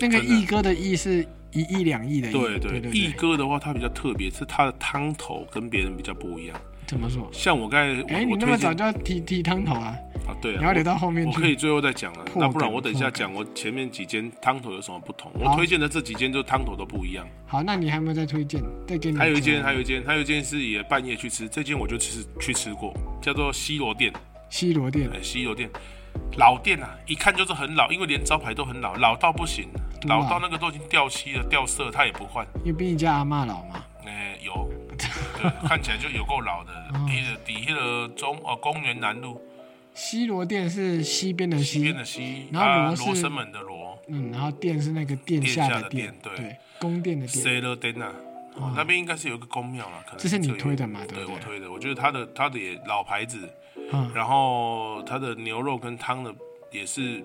B: 那个
A: 真的
B: 义哥的义是一亿两亿的亿，
A: 对
B: 对
A: 对。毅
B: 对，
A: 哥的话，他比较特别，是他的汤头跟别人比较不一样。
B: 怎么说？
A: 像我刚才
B: 哎，
A: 我
B: 你
A: 我
B: 那么
A: 推
B: 早
A: 荐
B: 就要提提汤头啊？
A: 啊，对
B: 你要
A: 啊，
B: 留到后面
A: 我可
B: 去。
A: 以最后再讲了，
B: 破
A: 那不然
B: 梗
A: 我等一
B: 破
A: 下
B: 梗
A: 讲我前面几间汤头有什么不同。我
B: 好
A: 推荐的这几间就汤头都不一样。
B: 好，那你还有没有再推荐？再给你
A: 还有一间，
B: 个
A: 还有一间，还有一间是也半夜去吃，这间我就吃去吃过，叫做西罗店。
B: 西罗店，
A: 呃，西游店，老店啊，一看就是很老，因为连招牌都很老，老到不行，
B: 多老
A: 老到那个都已经掉漆了、掉色，它也不换。
B: 因为比你家阿嬷老嘛。
A: 哎、
B: [laughs]
A: 有，对，看起来就有够老的。
B: 嗯
A: 底的底下的中哦，公园南路
B: 西罗店是西边的
A: 西
B: 西
A: 边，的西，
B: 然后
A: 啊
B: 罗是
A: 罗生门的罗，
B: 嗯，然后殿是那个殿
A: 殿下
B: 的
A: 的
B: 殿
A: 殿，对
B: 宫殿的殿。
A: 塞勒店啊。哦，那边应该是有一个宫庙了，可能
B: 这是你
A: 这个
B: 推的嘛
A: 对
B: 对不对
A: 我推的，我觉得它的它的也老牌子，
B: 嗯，
A: 然后它的牛肉跟汤的也是，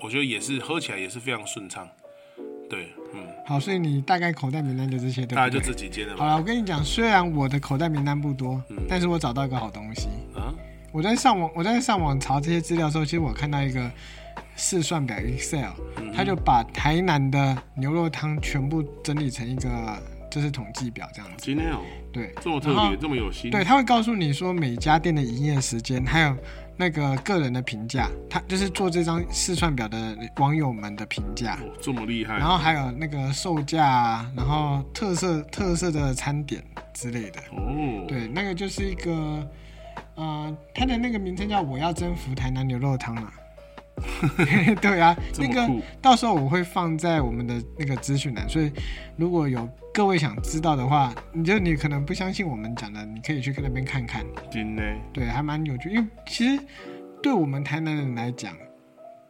A: 我觉得也是喝起来也是非常顺畅。对，嗯，
B: 好，所以你大概口袋名单就这些，对
A: 大概
B: 不
A: 就
B: 对？
A: 这几间了吧嗯
B: 好。了，我跟你讲，虽然我的口袋名单不多，但是我找到一个好东西。
A: 啊，
B: 我在上网，我在上网查这些资料的时候，其实我看到一个试算
A: 嗯
B: 表 Excel，它就把台南的牛肉汤全部整理成一个这是统计表这样子。
A: 今天哦，
B: 对，
A: 这么特
B: 然后
A: 别，这么有心，
B: 对，他会告诉你说每家店的营业时间，还有那个个人的评价，他就是做这张试算表的网友们的评价，
A: 哦，这么厉害，
B: 然后还有那个售价啊，然后特色特色的餐点之类的。
A: 哦，
B: 对，那个就是一个，呃，它的那个名称叫“我要征服台南牛肉汤”啊。 [laughs] 对啊，
A: [laughs] 这
B: 那
A: 么
B: 个
A: 酷
B: 到时候我会放在我们的那个资讯栏，所以如果有各位想知道的话，你就你可能不相信我们讲的，你可以去那边看看。
A: 今呢，
B: 对，还蛮有趣，因为其实对我们台南人来讲，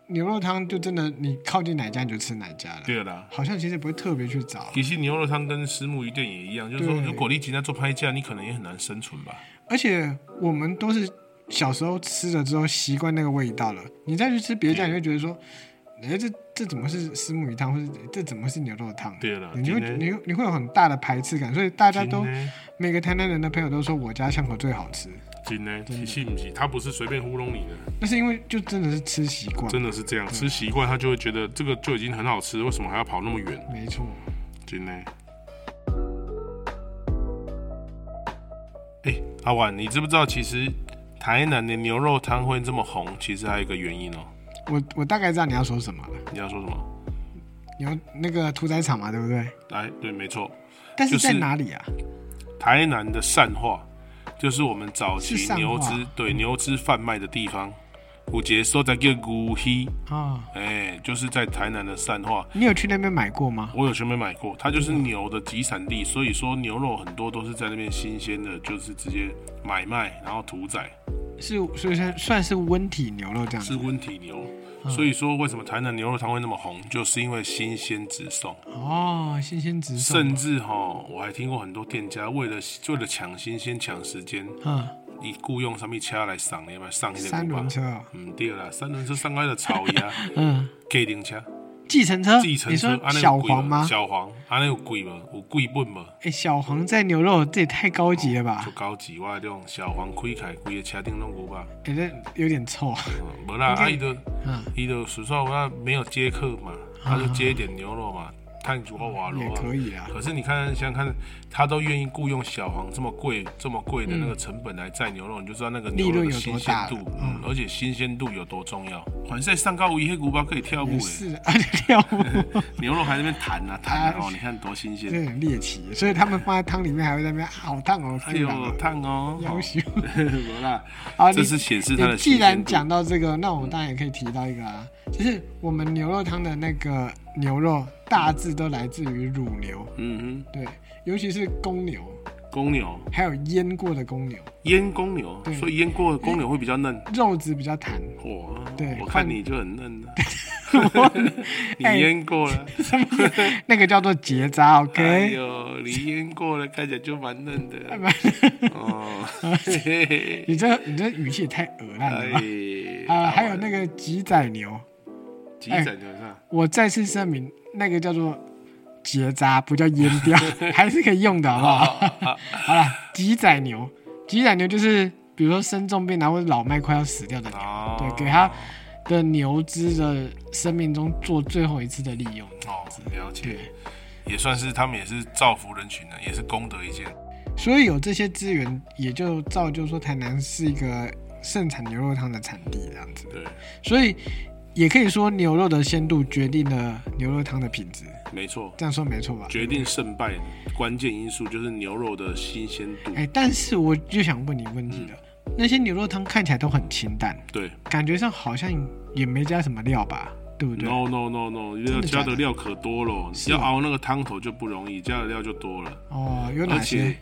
B: 牛肉汤就真的你靠近哪家你就吃哪家了，
A: 对啦。
B: 好像其实不会特别去找。
A: 其实牛肉汤跟石目鱼店也一样，就是说，
B: 对
A: 如果你今天做拍价，你可能也很难生存吧。
B: 而且我们都是小时候吃了之后习惯那个味道了，你再去吃别家，你会觉得说，哎、这这怎么是石母鱼汤，或者这怎么是牛肉汤？
A: 对啊了，
B: 你会
A: 真的
B: 你会你会有很大的排斥感，所以大家都
A: 真的
B: 每个台南人的朋友都说我家巷口最好吃，
A: 真的，其实不是，他不是随便糊弄你的，
B: 那是因为就真的是吃习惯，
A: 真的是这样，吃习惯他就会觉得这个就已经很好吃，为什么还要跑那么远？
B: 没错。
A: 真的。哎、阿婉，你知不知道其实台南的牛肉汤会这么红，其实还有一个原因哦、
B: 我我大概知道你要说什么了，
A: 你要说什么？
B: 牛那个屠宰场嘛，对不对？
A: 来，对，没错，
B: 但是
A: 就是
B: 在哪里啊？
A: 台南的善化，就是我们早期
B: 是善化
A: 牛脂对牛脂贩卖的地方。有一个所在叫牛溪，
B: 啊、
A: 哎、就是在台南的善化，
B: 你有去那边买过吗？
A: 我有全没买过，它就是牛的集散地，所以说牛肉很多都是在那边新鲜的，就是直接买卖，然后屠宰，
B: 是，所以算算是温体牛肉这样子
A: 是温体牛。
B: 嗯
A: 所以说，为什么台南牛肉汤会那么红，就是因为新鲜直送。
B: 哦，新鲜直送。
A: 甚至哈，我还听过很多店家为了为了抢新鲜、抢时间，
B: 嗯，
A: 你雇用上面车来上，你把上一
B: 三
A: 点
B: 轮车哦，
A: 嗯，对啦，三轮车上开的草呀，
B: [laughs] 嗯，
A: 给零啊车、
B: 计程车，
A: 计程
B: 你
A: 车，
B: 说
A: 啊那
B: 小
A: 有贵
B: 黄吗？
A: 小黄，啊那有贵吗？有贵本吗？
B: 哎、小黄在牛肉，这也太高级了吧
A: 就？高级，我迄种小黄开开，规个车顶拢有吧？
B: 哎、这有点臭啊。
A: 嗯无啦，啊伊就
B: 嗯，啊
A: 伊就说实话，我没有接客嘛，他就接一点牛肉嘛，炭煮或瓦罗
B: 也
A: 啊。
B: 可以啊。
A: 可是你看，想想看，他都愿意雇佣小黄这么贵、这么贵的那个成本来宰牛肉，你就知道那个牛肉的新鲜度
B: 嗯利润有多，
A: 嗯，而且新鲜度有多重要。反正上高一黑古巴可以跳舞
B: 也
A: 诶，
B: 是啊， [laughs] 跳舞，
A: 牛肉还在那边弹
B: [laughs]
A: 啊弹啊，
B: 啊
A: 哦，你看多新
B: 这
A: 鲜！
B: 很猎奇，所以他们放在汤里面还会在那边啊好烫哦，
A: 哎
B: 酷朗
A: 呦，
B: 哦
A: 烫哦，
B: 要
A: 哦 [laughs]
B: 求。
A: 无啦，
B: 啊，
A: 这
B: 你
A: 是显示它
B: 你
A: 的
B: 既
A: 新鲜
B: 然
A: 度。嗯
B: 讲到这个，那我当然也可以提到一个啊，就是我们牛肉汤的那个牛肉，大致都来自于乳牛，
A: 嗯
B: 对，尤其是公牛，
A: 哼，公牛
B: 还有腌过的公牛，
A: 腌公牛，
B: 对
A: 所以腌过的公牛会比较嫩。
B: 肉质比
A: [laughs]
B: 较弹。
A: 哇，
B: 对
A: 我
B: 换
A: 看你就很嫩了， [laughs] 你
B: 哎
A: 腌过了。
B: 那个叫做结扎
A: 哎
B: ，OK？
A: 呦，你腌过了，看起来就蛮嫩
B: 哎
A: 的。
B: [laughs]
A: 哦，嘿嘿嘿
B: 你这你这语气也太恶烂了吧？
A: 哎
B: 哎啊、还有那个哎鸡仔牛，
A: 鸡仔牛是吧？
B: 我再次声明，那个叫做结扎，不叫阉 [laughs] 掉，还是可以用的，好不好？好了，鸡仔牛，鸡仔牛就是比如说生重病，然后老麦快要死掉的牛，
A: 哦，
B: 对，给它的牛只的生命中做最后一次的利用。
A: 哦，了解
B: 对，
A: 也算是他们也是造福人群啊的，也是功德一件。
B: 所以有这些资源，也就造就说台南是一个盛产牛肉汤的产地这样子。
A: 对，
B: 所以也可以说牛肉的鲜度决定了牛肉汤的品质，
A: 没错，
B: 这样说没错吧？
A: 决定胜败关键因素就是牛肉的新鲜度。
B: 哎，但是我就想问你问题了，那些牛肉汤看起来都很清淡，
A: 对
B: 感觉上好像也没加什么料吧，对不对？
A: ，no no no no，要
B: 的假
A: 加
B: 的
A: 的料可多了，
B: 是
A: 要
B: 啊
A: 熬那个汤头就不容易，加的料就多了。
B: 哦，有
A: 而
B: 哪
A: 且
B: 些？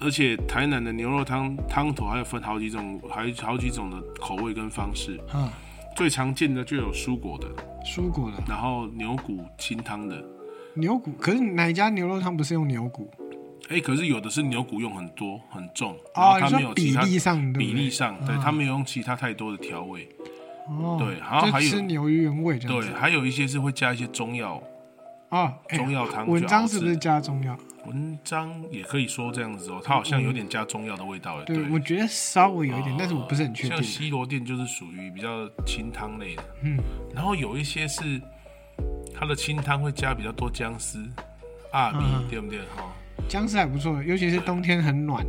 A: 而且台南的牛肉汤汤头还有分好几种，还有好几种的口味跟方式。
B: 嗯，
A: 最常见的就有蔬果的，
B: 蔬果的
A: 然后牛骨清汤的。
B: 牛骨，可是哪一家牛肉汤不是用牛骨？
A: 哎、可是有的是牛骨用很多很重，然
B: 哦
A: 后，
B: 你
A: 它没有
B: 说
A: 其
B: 比
A: 他
B: 例上对
A: 比
B: 不
A: 例
B: 对？
A: 上，对，它没有用其他太多的调味。
B: 哦，
A: 对然后还有
B: 就吃牛原味这样
A: 对，
B: 子。
A: 还有一些是会加一些中药，
B: 哦，哎
A: 中药汤就
B: 文章
A: 熬
B: 是不
A: 制
B: 是加中药？
A: 文章也可以说这样子哦，它好像有点加中药的味道了。
B: 对，
A: 对，哦
B: 我觉得稍微有一点，但是我不是很确
A: 像
B: 定。
A: 西罗店就是属于比较清汤类的，嗯，然后有一些是它的清汤会加比较多姜丝、阿米，
B: 嗯
A: 对不对？哈、
B: 姜丝还不错，尤其是冬天很暖，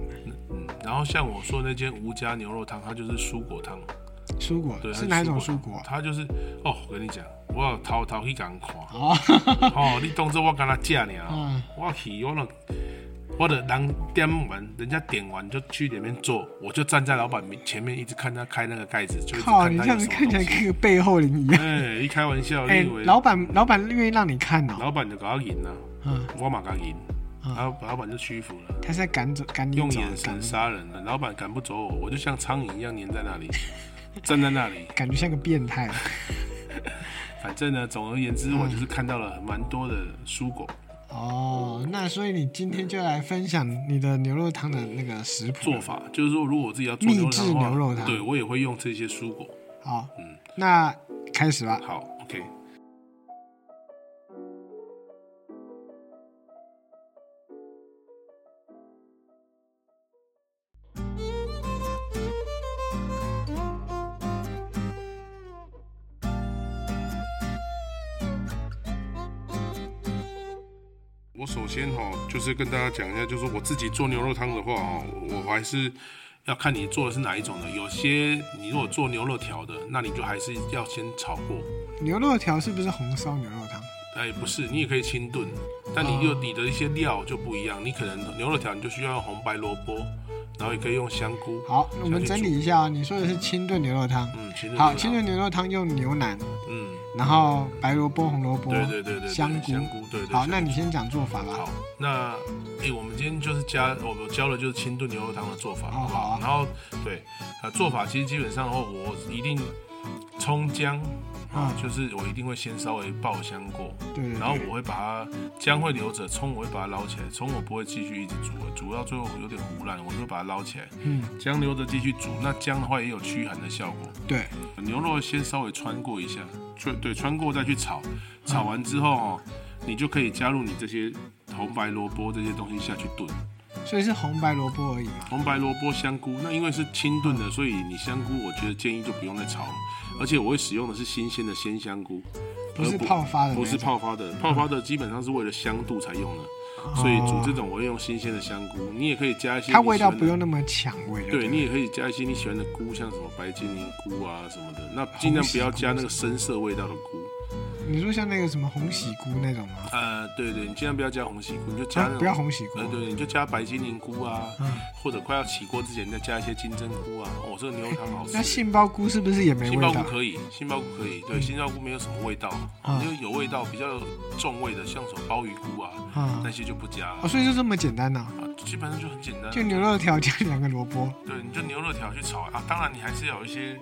A: 嗯，然后像我说那间吴家牛肉汤，它就是蔬果汤，
B: 蔬果
A: 对，它
B: 是哪一种蔬
A: 蔬
B: 果啊？
A: 它就是哦，我跟你讲，我有偷偷去共看，
B: 哦，
A: [laughs] 哦，你当做我跟他食尔，
B: 嗯，
A: 我去我就我的人点完，人家点完就去里面坐，我就站在老板面前面一直看他开那个盖子，就一直
B: 靠，
A: 看
B: 你
A: 他
B: 这
A: 有
B: 样
A: 什
B: 子
A: 么
B: 看起来
A: 东西。
B: 跟个背后灵一样。
A: 哎，一开玩笑，你
B: 哎
A: 以为，
B: 老板，老板愿意让你看哦，
A: 老板就搞赢了，
B: 嗯，
A: 我嘛搞赢，
B: 嗯
A: 然后老板就屈服了。
B: 他是在赶走，赶你
A: 用
B: 走，
A: 眼神
B: 赶
A: 杀人了，老板赶不走我，我就像苍蝇一样粘在那里， [laughs] 站在那里。
B: 感觉像个变态。
A: 反正呢，总而言之，我就是看到了蛮多的蔬果
B: 嗯哦，那所以你今天就来分享你的牛肉汤的那个食谱
A: 做法，就是说，如果我自己要做牛肉汤的
B: 秘制牛肉
A: 话，
B: 汤
A: 对我也会用这些蔬果。
B: 好，
A: 嗯
B: 那开始吧。
A: 好，OK。我首先哈、就是跟大家讲一下，就是我自己做牛肉汤的话哦，我还是要看你做的是哪一种的。有些你如果做牛肉条的，那你就还是要先炒过。
B: 牛肉条是不是红烧牛肉汤？
A: 哎，不是，你也可以清炖，但
B: 哦
A: 你有你的一些料就不一样。你可能牛肉条你就需要用红白萝卜，然后也可以用香菇。
B: 好，那我们
A: 下
B: 整
A: 去煮
B: 理，一下啊、你说的是清炖牛肉汤。
A: 嗯，清炖
B: 好，
A: 牛
B: 清
A: 肉
B: 炖牛肉汤用牛腩，
A: 嗯，
B: 然后白萝卜、红萝卜。
A: 对对对对对，
B: 香菇
A: 菇，香菇，对对。
B: 好，
A: 香
B: 那你先讲做法吧
A: 好。，那诶、我们今天就是加，我们教的就是清炖牛肉汤的做法，
B: 哦
A: 好不
B: 好
A: 好
B: 啊？
A: 然后对，呃，做法其实基本上的话，我一定葱姜啊，
B: 嗯
A: 就是我一定会先稍微爆香过，
B: 对对
A: 然后
B: 对。
A: 我会把它姜会留着，葱我会把它捞起来，葱我不会继续一直煮，煮到最后有点糊烂，我就会把它捞起来。
B: 嗯，
A: 姜留着继续煮，那姜的话也有驱寒的效果。
B: 对，
A: 牛肉先稍微穿过一下，穿对穿过再去炒，
B: 嗯
A: 炒完之后哦，你就可以加入你这些红白萝卜这些东西下去炖。
B: 所以是红白萝卜而已嘛。
A: 红白萝卜、香菇，那因为是清炖的，所以你香菇我觉得建议就不用再炒了。而且我会使用的是新鲜的鲜香菇，
B: 不是泡发的
A: 呃
B: 那种
A: 不是泡发的，
B: 嗯
A: 泡发的基本上是为了香度才用的，所以煮这种我会用新鲜的香菇。你也可以加一些
B: 啊它
A: 你
B: 味道
A: 喜欢的
B: 不用那么抢味。
A: 对你也可以加一些你喜欢的菇，像什么白精灵菇啊什么的，那尽量不要加那个深色味道的菇。
B: 你说像那个什么红喜菇那种吗？
A: 呃，对对，你尽量不要加红喜菇，你就加那
B: 啊
A: 种、
B: 不要红喜菇
A: 呃，。对，你就加白精灵菇啊，
B: 嗯
A: 或者快要起锅之前再加一些金针菇啊。哦，这个牛肉汤好吃。
B: 那杏鲍菇是不是也没
A: 杏
B: 味
A: 鲍菇
B: 道？
A: 可以，杏鲍菇可以，对，杏鲍菇没有什么味道，
B: 嗯
A: 因为有味道比较重味的，像什么鲍鱼菇啊，
B: 啊
A: 那，些就不加了
B: 哦，。所以就这么简单呐、
A: 啊，基本上就很简单，
B: 就牛肉条加两个萝卜。
A: 对，你就牛肉条去炒啊。当然，你还是要有一些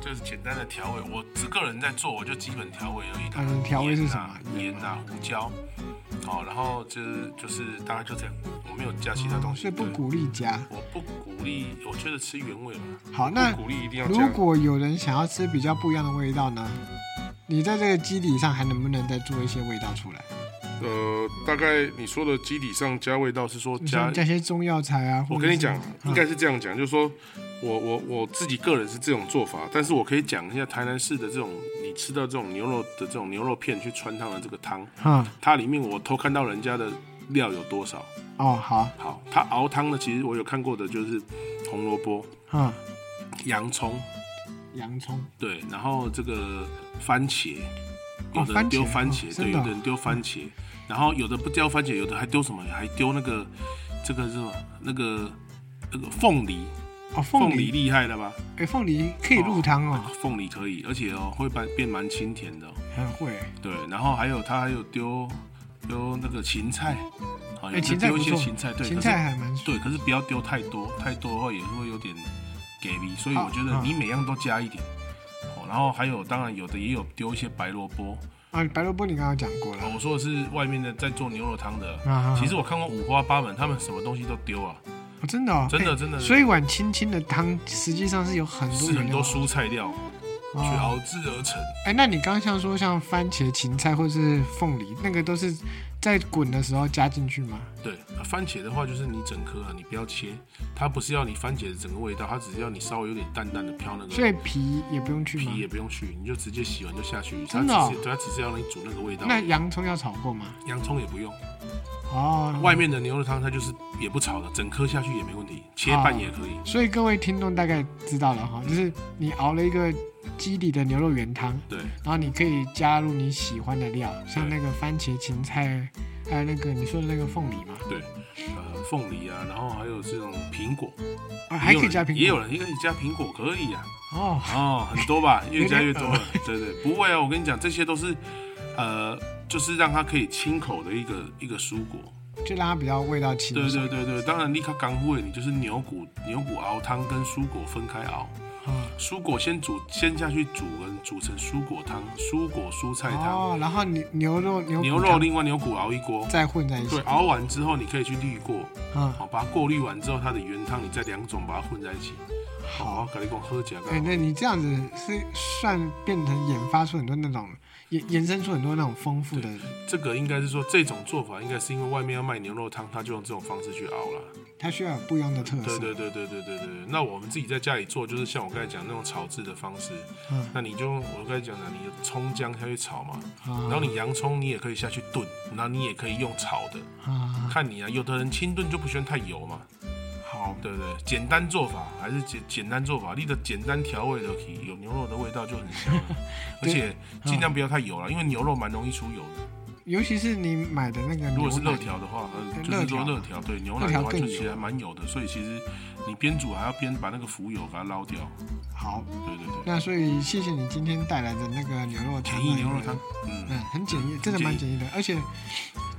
A: 就是简单的调味。我只个人在做，我就基本调味而已。当然
B: 嗯调味是
A: 盐
B: 什
A: 啊
B: 么
A: 盐
B: 盐
A: 啊，胡椒。哦，然后就是就是大概就这样，我没有加其他东西。
B: 哦所以嗯不
A: 对，
B: 鼓励加。
A: 我不鼓励，我觉得吃原味嘛。
B: 好，那
A: 不鼓励一定要
B: 如
A: 加。
B: 果有人想要吃比较不一样的味道呢？你在这个基底上还能不能再做一些味道出来？
A: 呃，大概你说的基底上加味道是说
B: 你像加些中药材啊？
A: 我
B: 或者
A: 跟
B: 是
A: 你讲，应
B: 啊
A: 该是这样讲，就是说我我我自己个人是这种做法，但是我可以讲一下台南市的这种你吃到这种牛肉的这种牛肉片去穿烫的这个汤，
B: 啊、
A: 它里面我偷看到人家的料有多少。
B: 哦，好，
A: 好，它熬汤的其实我有看过的就是红萝卜、
B: 啊，
A: 洋葱，
B: 洋葱，
A: 对，然后这个番茄，
B: 哦
A: 有的人丢
B: 番
A: 番
B: 茄
A: 茄，
B: 哦真
A: 对，
B: 的
A: 有的人丢番茄，然后有的不丢番茄，有的还丢什么？还丢那个这个是什么？那个那个凤梨。
B: 哦，凤
A: 凤梨
B: 梨，
A: 厉害了吧？
B: 哎，凤梨可以入汤哦，
A: 凤梨啊可以，而且哦会变变蛮清甜的哦、
B: 很会。
A: 对，然后还有它还有丢丢那个芹菜，啊，有
B: 哎，
A: 时
B: 芹菜
A: 丢
B: 不
A: 一些
B: 错，
A: 芹菜，对，
B: 芹
A: 可
B: 菜
A: 是
B: 还蛮
A: 对，可是不要丢太多，太多的话也是会有点给力，所以
B: 好
A: 我觉得你每样都加一点。哦，然后还有，当然有的也有丢一些白萝卜。
B: 啊，白萝卜你刚刚讲过
A: 哦
B: 了，
A: 我说的是外面的在做牛肉汤的，
B: 啊
A: 其实我看过五花八门，他们什么东西都丢啊，
B: 哦真的哦，
A: 真的
B: 哎
A: 真的
B: 所以一碗清清的汤实际上是有很多
A: 是很多
B: 原料
A: 蔬菜料去
B: 哦
A: 熬制而成。
B: 哎，那你刚刚像说像番茄、芹菜或是凤梨，那个都是在滚的时候加进去吗？
A: 对，啊番茄的话就是你整颗啊，你不要切，它不是要你番茄的整个味道，它只是要你稍微有点淡淡的飘那
B: 所
A: 个
B: 以皮也不用去吗
A: 皮？也不用去，你就直接洗完就下去，它
B: 真的哦
A: 只是它只是要你煮那个味道，
B: 那洋葱要炒过吗？
A: 洋葱也不用。
B: 哦，
A: 外面的牛肉汤它就是也不炒的，整颗下去也没问题，切
B: 啊
A: 半也可以。
B: 所以各位听众大概知道了哈，就是你熬了一个基底的牛肉原汤，
A: 对
B: 然后你可以加入你喜欢的料，像那个番茄、芹菜，还有那个你说的那个凤梨嘛，
A: 对，呃，凤梨啊，然后还有这种苹果，
B: 啊，还可以加苹果，
A: 也有人也有人加苹果可以啊，
B: 哦，
A: 哦，很多吧，越加越多
B: 有 [laughs]
A: 了，对对，不会啊，我跟你讲，这些都是，呃，就是让它可以清口的一个一个蔬果，
B: 就让它比较味道清
A: 对
B: 爽。
A: 对对对，当然你看干味，你就是牛骨牛骨熬汤跟蔬果分开熬，
B: 嗯
A: 蔬果先煮先下去煮，煮成蔬果汤，蔬果蔬菜汤，
B: 哦，然后你牛肉牛骨
A: 牛肉
B: 汤
A: 另外牛骨熬一锅，
B: 再混在一起
A: 对，，熬完之后你可以去滤过，
B: 嗯，
A: 好，把它过滤完之后，它的原汤你再两种把它混在一起。好，我跟你讲，喝起来
B: 哎、
A: 刚好
B: 那你这样子是算变成研发出很多那种延延伸出很多那种丰富的，
A: 这个应该是说这种做法，应该是因为外面要卖牛肉汤，他就用这种方式去熬啦。
B: 它需要有不一样的特色。
A: [laughs] 对对对对对对对。对那我们自己在家里做，就是像我刚才讲那种炒制的方式。
B: 嗯
A: 那你就用我刚才讲的，你的葱姜下去炒嘛，然后
B: 啊
A: 你洋葱你也可以下去炖，然后你也可以用炒的，
B: 啊，
A: 看你啊。有的人清炖就不喜欢太油嘛，
B: 好，
A: 对不对？简单做法还是简简单做法，你的简单调味的有牛肉的味道就很香
B: [laughs]
A: 了，而且尽
B: 嗯
A: 量不要太油了，因为牛肉蛮容易出油的。
B: 尤其是你买的那个
A: 如
B: 牛
A: 果是
B: 奶
A: 热，条的话，呃，
B: 对
A: 就是说
B: 热条
A: 热条，对牛奶的
B: 热
A: 话
B: 条
A: 就
B: 更
A: 其实还蛮油的，所以其实你边煮还要边把那个浮油给它捞掉。
B: 好，
A: 对对对，
B: 那所以谢谢你今天带来的那个牛肉汤，
A: 便宜牛肉汤，，嗯，
B: 嗯，很简易，真的蛮简易的，而且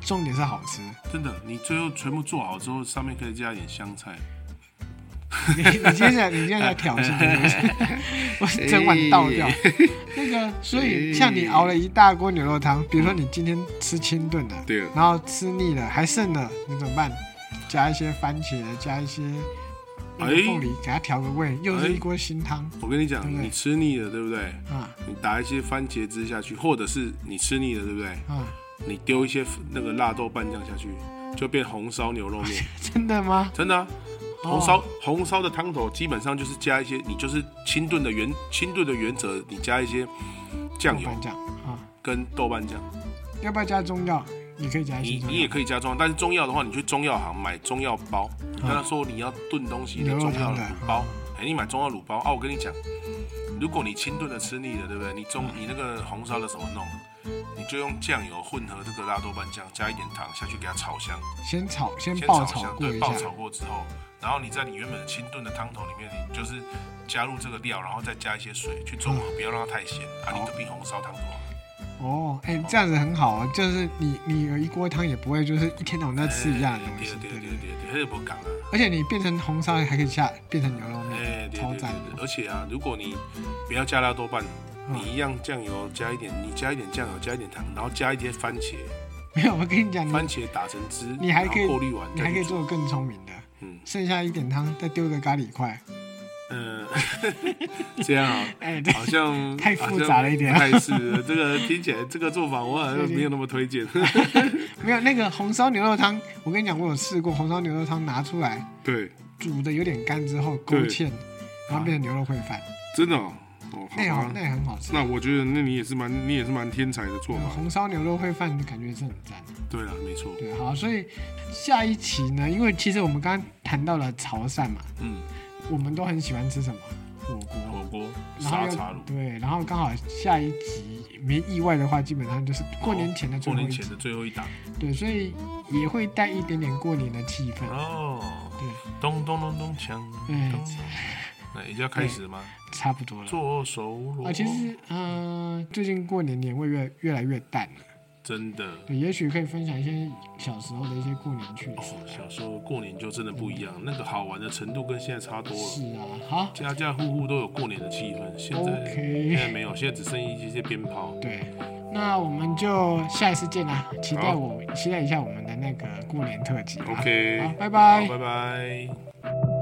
B: 重点是好吃。
A: 真的，你最后全部做好之后，上面可以加一点香菜。
B: 你你接下来你接下来挑衅是不
A: [laughs]
B: 是？我整碗倒掉。
A: 哎
B: 那个，所以像你熬了一大锅牛肉汤，比如说你今天吃清炖的，
A: 对
B: 然后吃腻了还剩的，你怎么办？加一些番茄，加一些那个
A: 哎
B: 凤梨，给它调个味，又是一锅新汤
A: 我跟你讲，
B: 对
A: 你吃腻了，对不对？
B: 啊
A: 你打一些番茄汁下去，或者是你吃腻了，对不对？
B: 啊！
A: 你丢一些那个辣豆瓣酱下去，就变红烧牛 [laughs] 肉面，
B: 真的吗？
A: 真的啊、
B: 哦
A: 红烧、红烧的汤头基本上就是加一些，你就是清炖的原清炖的原则，你加一些酱油
B: 豆瓣酱啊，
A: 跟豆瓣酱，
B: 要不要加中药？你可以加一些
A: 你
B: 中
A: 你也
B: 药。
A: 可以加中药，但是中药的话，你去中药行买中药包，你跟他说你要炖东西的
B: 牛肉
A: 中药
B: 汤
A: 卤
B: 的
A: 包，哎，你买中药卤包啊，我跟你讲，如果你清炖的吃腻了，对不对？你中你那个红烧的怎么弄？你就用酱油混合这个辣豆瓣酱，加一点糖下去给它炒香。
B: 先炒，先
A: 先
B: 爆
A: 炒
B: 炒
A: 香，
B: 过
A: 对，
B: 一
A: 爆
B: 下，
A: 炒过之后，然后你在你原本的清炖的汤头里面，你就是加入这个料，然后再加一些水去中和，不要让它太咸啊，你
B: 好
A: 就变红烧汤头啊。
B: 哦，哎、这样子很好啊，就是你你有一锅汤也不会就是一天到晚在吃一样的东西，
A: 对
B: 对
A: 对对
B: 对。
A: 对对，黑不港啊，
B: 而且你变成红烧还可以下变成牛肉
A: 哎，
B: 面，
A: 对
B: 超
A: 对对
B: 赞。
A: 对，而且啊，如果你不要加辣豆瓣，
B: 嗯
A: 你一样酱油加一点，你加一点酱油，加一点糖，然后加一些番茄，
B: 没有，我跟你讲，你
A: 番茄打成汁，
B: 嗯你还可以
A: 然后过滤完，
B: 你还可以，做更聪明的，
A: 嗯，
B: 剩下一点汤再丢一个咖喱块，
A: 呃， [laughs] 这样啊。
B: 哎，对，
A: 好像
B: [laughs] 太复杂了一点啊
A: 好像不太是这个听起来这个做法我好像没有那么推
B: [laughs]
A: 荐。
B: 没有那个红烧牛肉汤，我跟你讲，我有试过红烧牛肉汤拿出来
A: 对，
B: 煮的有点干之后勾
A: 对
B: 芡，然后变成牛肉烩饭，
A: 真的哦，哦
B: 那也
A: 好
B: 好
A: 吧，
B: 那也很好吃。
A: 那我觉得那你也是蛮你也是蛮天才的做
B: 嗯
A: 法。
B: 红烧牛肉烩饭的感觉是很赞的，
A: 对了，没错，
B: 对，好，所以下一期呢，因为其实我们刚刚谈到了潮汕嘛，
A: 嗯，
B: 我们都很喜欢吃什么火锅，
A: 火锅
B: 然后
A: 沙
B: 又
A: 茶卤，
B: 对，然后刚好下一集没意外的话，基本上就是过年前的最
A: 哦过
B: 后
A: 年
B: 一集，
A: 前的最后一档
B: 对，所以也会带一点点过年的气氛。
A: 哦，
B: 对，
A: 咚咚咚咚锵，
B: 嗯，
A: 那已经要开始了吗？
B: 差不多了。
A: 做哦手螺
B: 啊，其实，嗯、最近过年年味越越来越淡了。
A: 真的。
B: 对，也许可以分享一些小时候的一些过年趣事。
A: 哦小时候过年就真的不一样，那个好玩的程度跟现在差多了。
B: 是啊，好
A: 家家户户都有过年的气氛，现在现在
B: ，OK，
A: 没有，现在只剩一些鞭炮。
B: 对，那我们就下一次见啦，期待我期待一下我们的那个过年特辑啊。
A: OK，
B: 好，拜
A: 好，
B: 拜。
A: 拜拜。